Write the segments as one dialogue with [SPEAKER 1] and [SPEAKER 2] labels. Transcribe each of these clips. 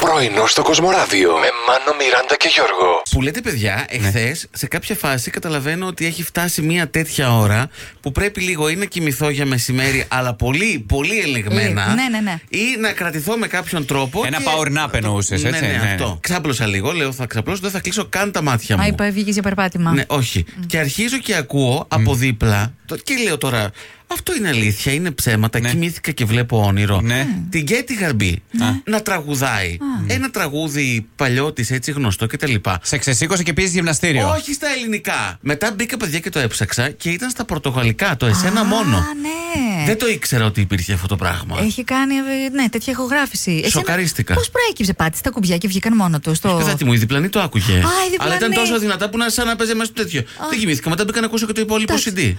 [SPEAKER 1] Πρωινό στο Κοσμοράδιο με Μάνο, Μιράντα και Γιώργο.
[SPEAKER 2] Που λέτε, παιδιά,
[SPEAKER 3] Ναι.
[SPEAKER 2] εχθές σε κάποια φάση καταλαβαίνω ότι έχει φτάσει μια τέτοια ώρα που πρέπει λίγο ή να κοιμηθώ για μεσημέρι, αλλά πολύ, πολύ ελεγμένα.
[SPEAKER 4] Ε, ναι, ναι, ναι.
[SPEAKER 2] Ή να κρατηθώ με κάποιον τρόπο.
[SPEAKER 3] Ένα
[SPEAKER 2] και-
[SPEAKER 3] power nap εννοούσες, έτσι,
[SPEAKER 2] Ναι, ναι,
[SPEAKER 3] ναι, ναι.
[SPEAKER 2] αυτό. Ξάπλωσα λίγο, λέω θα ξαπλώσω, δεν θα κλείσω καν τα μάτια μου.
[SPEAKER 4] Α, είπα, βγήκες για περπάτημα.
[SPEAKER 2] Ναι, όχι. Και αρχίζω και ακούω από δίπλα. Το, και λέω τώρα, αυτό είναι αλήθεια, είναι ψέματα.
[SPEAKER 3] Ναι.
[SPEAKER 2] Κοιμήθηκα και βλέπω όνειρο.
[SPEAKER 3] Ναι.
[SPEAKER 2] Την Κέτι Γαρμπή να τραγουδάει. Ένα τραγούδι παλιό της, έτσι γνωστό κτλ.
[SPEAKER 3] Σε ξεσήκωσε και πήγε γυμναστήριο.
[SPEAKER 2] Όχι στα ελληνικά. Μετά μπήκα παιδιά και το έψαξα και ήταν στα πορτογαλικά, το εσένα μόνο.
[SPEAKER 4] Α, ναι.
[SPEAKER 2] Δεν το ήξερα ότι υπήρχε αυτό το πράγμα.
[SPEAKER 4] Έχει κάνει ε, ναι, τέτοια ηχογράφηση.
[SPEAKER 2] Σοκαρίστηκα.
[SPEAKER 4] Πώς προέκυψε, πάτησε τα κουμπιά και βγήκαν μόνο του. Το...
[SPEAKER 2] Παιδάτη μου, η διπλανή το άκουγε.
[SPEAKER 4] η διπλανή.
[SPEAKER 2] Αλλά ήταν τόσο δυνατά που να σαν να παίζει μέσα στο τέτοιο. Δεν κοιμήθηκα. Μετά μπήκα να ακούσω και το υπόλοιπο CD.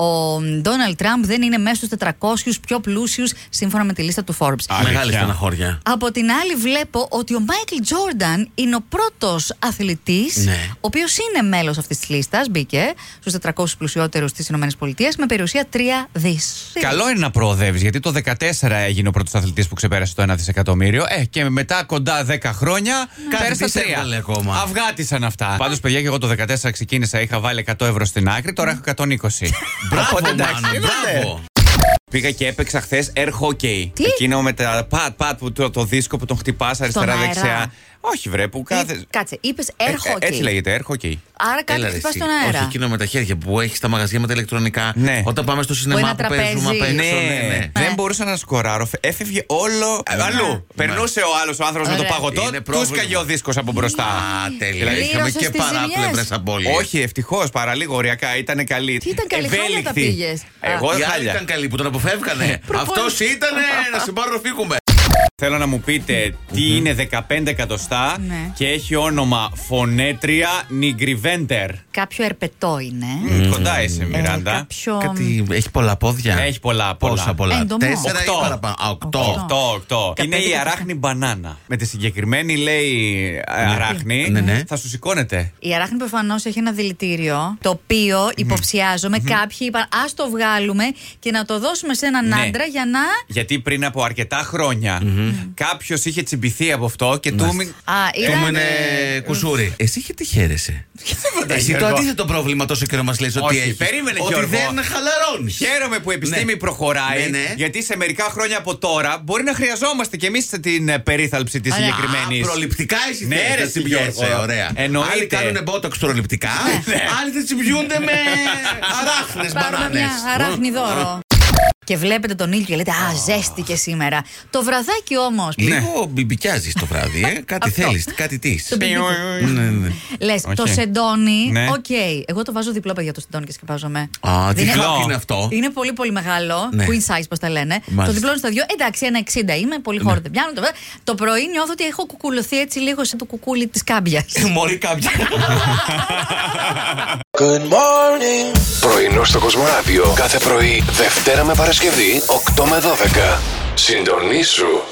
[SPEAKER 4] Ο Ντόναλτ Τραμπ δεν είναι μέσα στου 400 πιο πλούσιους σύμφωνα με τη λίστα του Forbes.
[SPEAKER 3] Αλήθεια.
[SPEAKER 2] Μεγάλη στεναχώρια.
[SPEAKER 4] Από την άλλη, βλέπω ότι ο Μάικλ Τζόρνταν είναι ο πρώτος αθλητής,
[SPEAKER 2] Ναι.
[SPEAKER 4] ο οποίος είναι μέλος αυτής της λίστας. Μπήκε στους 400 πλουσιότερους της ΗΠΑ με περιουσία 3 δι.
[SPEAKER 3] Καλό είναι να προοδεύεις, γιατί το 14 έγινε ο πρώτος αθλητής που ξεπέρασε το 1 δισεκατομμύριο. Ε, και μετά κοντά 10 χρόνια
[SPEAKER 2] Ναι. Κάτι
[SPEAKER 3] πέρασε
[SPEAKER 2] τι
[SPEAKER 3] τα 3.
[SPEAKER 2] έβγαλε ακόμα.
[SPEAKER 3] Αυγάτησαν αυτά. Πάντως, παιδιά, και εγώ το 14 ξεκίνησα, είχα βάλει 100 ευρώ στην άκρη, τώρα έχω 120.
[SPEAKER 2] Μπράβο,
[SPEAKER 3] Οπότε, εντάξει,
[SPEAKER 2] Μάνο, μπράβο.
[SPEAKER 3] Πήγα και έπαιξα χθες air hockey.
[SPEAKER 4] Τι?
[SPEAKER 3] Εκείνο με τα πατ, πατ, που το, το δίσκο που τον χτυπάς
[SPEAKER 4] αέρα.
[SPEAKER 3] αριστερά-δεξιά. Όχι, βρε, που κάθε.
[SPEAKER 4] Κάτσε, είπες
[SPEAKER 3] Ε, ε,
[SPEAKER 4] έρχο
[SPEAKER 3] Έτσι λέγεται, air hockey.
[SPEAKER 4] Άρα κάτι
[SPEAKER 2] Έλα, ρε,
[SPEAKER 4] χτυπάς
[SPEAKER 2] εσύ.
[SPEAKER 4] στον αέρα.
[SPEAKER 2] Όχι, εκείνο με τα χέρια που έχεις στα μαγαζιά με τα ηλεκτρονικά.
[SPEAKER 3] Ναι.
[SPEAKER 2] Όταν πάμε στο σινεμά
[SPEAKER 4] ένα
[SPEAKER 2] που παίζουμε απ'
[SPEAKER 4] τραπέζι.
[SPEAKER 2] έξω.
[SPEAKER 3] Ναι,
[SPEAKER 2] Ναι, ναι.
[SPEAKER 3] δεν μπορούσα να σκοράρω. Φε- Έφευγε όλο αλλού. Περνούσε ο άλλος ο άνθρωπος με το
[SPEAKER 4] Ωραία.
[SPEAKER 3] παγωτό,
[SPEAKER 2] Είναι
[SPEAKER 3] του
[SPEAKER 2] πρόβλημα.
[SPEAKER 3] σκαγε ο δίσκος από μπροστά.
[SPEAKER 2] Α, τέλεια.
[SPEAKER 3] Δηλαδή,
[SPEAKER 2] Είχαμε
[SPEAKER 4] πλήρωσες
[SPEAKER 2] και
[SPEAKER 4] τις
[SPEAKER 2] παράπλευρε
[SPEAKER 4] ζημιές.
[SPEAKER 2] απώλειες.
[SPEAKER 3] Όχι, ευτυχώς, παραλίγο ωριακά. Ήταν καλή.
[SPEAKER 4] Τι ήταν καλή,
[SPEAKER 3] Ευέλικτη.
[SPEAKER 4] χάλια τα πήγες.
[SPEAKER 3] Εγώ
[SPEAKER 2] Οι άλλοι
[SPEAKER 3] χάλια.
[SPEAKER 2] ήταν καλοί που τον αποφεύγανε. Αυτό ήταν να σε πάρω να φύγουμε.
[SPEAKER 3] Θέλω να μου πείτε τι είναι 15 εκατοστά
[SPEAKER 4] Ναι.
[SPEAKER 3] και έχει όνομα φωνέτρια Νιγκριβέντερ.
[SPEAKER 4] Κάποιο ερπετό είναι.
[SPEAKER 3] Κοντά είσαι,
[SPEAKER 4] Ε,
[SPEAKER 3] Μιράντα.
[SPEAKER 4] κάποιο.
[SPEAKER 2] Κάτι έχει πολλά πόδια.
[SPEAKER 3] Έχει πολλά, πολλά.
[SPEAKER 2] Πόσα πολλά.
[SPEAKER 4] Ε, εντομό.
[SPEAKER 2] Τέσσερα ή
[SPEAKER 3] Οκτώ.
[SPEAKER 2] παραπάνω. Α, Οκτώ.
[SPEAKER 4] Οκτώ.
[SPEAKER 3] 8-8. Είναι η
[SPEAKER 4] Κατέβηκε
[SPEAKER 3] αράχνη μπανάνα. Με τη συγκεκριμένη, λέει, ε, αράχνη,
[SPEAKER 2] Ναι, ναι.
[SPEAKER 3] θα σου σηκώνεται.
[SPEAKER 4] Η αράχνη προφανώς έχει ένα δηλητήριο το οποίο υποψιάζομαι κάποιοι είπαν ας το βγάλουμε και να το δώσουμε σε έναν
[SPEAKER 3] Ναι.
[SPEAKER 4] άντρα για να.
[SPEAKER 3] Γιατί πριν από αρκετά χρόνια κάποιος είχε τσιμπηθεί από αυτό και του. Ε, μην-
[SPEAKER 4] Α,
[SPEAKER 2] Του
[SPEAKER 4] ήταν.
[SPEAKER 2] ήμουνε κουσούρι. Εσύ γιατί χαίρεσαι. Εσύ το
[SPEAKER 3] Γιώργο.
[SPEAKER 2] αντίθετο πρόβλημα τόσο καιρό μας λες ότι
[SPEAKER 3] Όχι,
[SPEAKER 2] έχεις.
[SPEAKER 3] περίμενε,
[SPEAKER 2] Ότι
[SPEAKER 3] Γιώργο.
[SPEAKER 2] δεν χαλαρώνεις.
[SPEAKER 3] Χαίρομαι που η επιστήμη
[SPEAKER 2] Ναι.
[SPEAKER 3] προχωράει.
[SPEAKER 2] Ναι, ναι.
[SPEAKER 3] Γιατί σε μερικά χρόνια από τώρα μπορεί να χρειαζόμαστε κι εμείς την ε, περίθαλψη της
[SPEAKER 4] Ωραία.
[SPEAKER 3] συγκεκριμένης.
[SPEAKER 2] Α, προληπτικά εσύ
[SPEAKER 3] Ναι,
[SPEAKER 2] θέλεις
[SPEAKER 3] ρε,
[SPEAKER 2] να
[SPEAKER 3] Γιώργο.
[SPEAKER 2] τσιμπιέσαι, Ωραία.
[SPEAKER 3] Εννοείται. Ναι,
[SPEAKER 2] Άλλοι κάνουν μπότοξ προληπτικά. Άλλοι δεν τσιμπιούνται με αράχνες
[SPEAKER 4] Πάρουμε
[SPEAKER 2] μπανάνε.
[SPEAKER 4] μια αράχνη δώρο. και βλέπετε τον ήλιο και λέτε Α, ζέστη και σήμερα. Το βραδάκι όμως.
[SPEAKER 2] Λίγο μπιμπικιάζει το βράδυ, ε. Κάτι
[SPEAKER 4] Αυτό.
[SPEAKER 2] θέλεις, κάτι της.
[SPEAKER 4] Το μπιμπι-
[SPEAKER 2] Ναι, ναι.
[SPEAKER 4] Λε,
[SPEAKER 3] Όχι.
[SPEAKER 4] το σεντόνι.
[SPEAKER 3] Ναι.
[SPEAKER 4] Οκ. Εγώ το βάζω διπλό, παιδιά, το σεντόνι και σκεπάζομαι.
[SPEAKER 2] Α,
[SPEAKER 4] Δεν
[SPEAKER 2] τι
[SPEAKER 3] είναι-
[SPEAKER 2] κλακ είναι αυτό.
[SPEAKER 4] Είναι πολύ πολύ μεγάλο.
[SPEAKER 2] Ναι.
[SPEAKER 4] Queen size, πώς τα λένε.
[SPEAKER 2] Μάλιστα. Ναι.
[SPEAKER 4] Το διπλό είναι στα δύο. Εντάξει, ένα 60 είμαι, πολύ χώρο δεν πιάνω. Το, το πρωί νιώθω ότι έχω κουκουλωθεί έτσι λίγο σε το κουκούλι της κάμπιας.
[SPEAKER 2] Μωρή κάποια.
[SPEAKER 1] Πρωινό στο Κοσμοράδιο κάθε πρωί, Δευτέρα με Παρασκευή, 8 με 12. Συντονίσου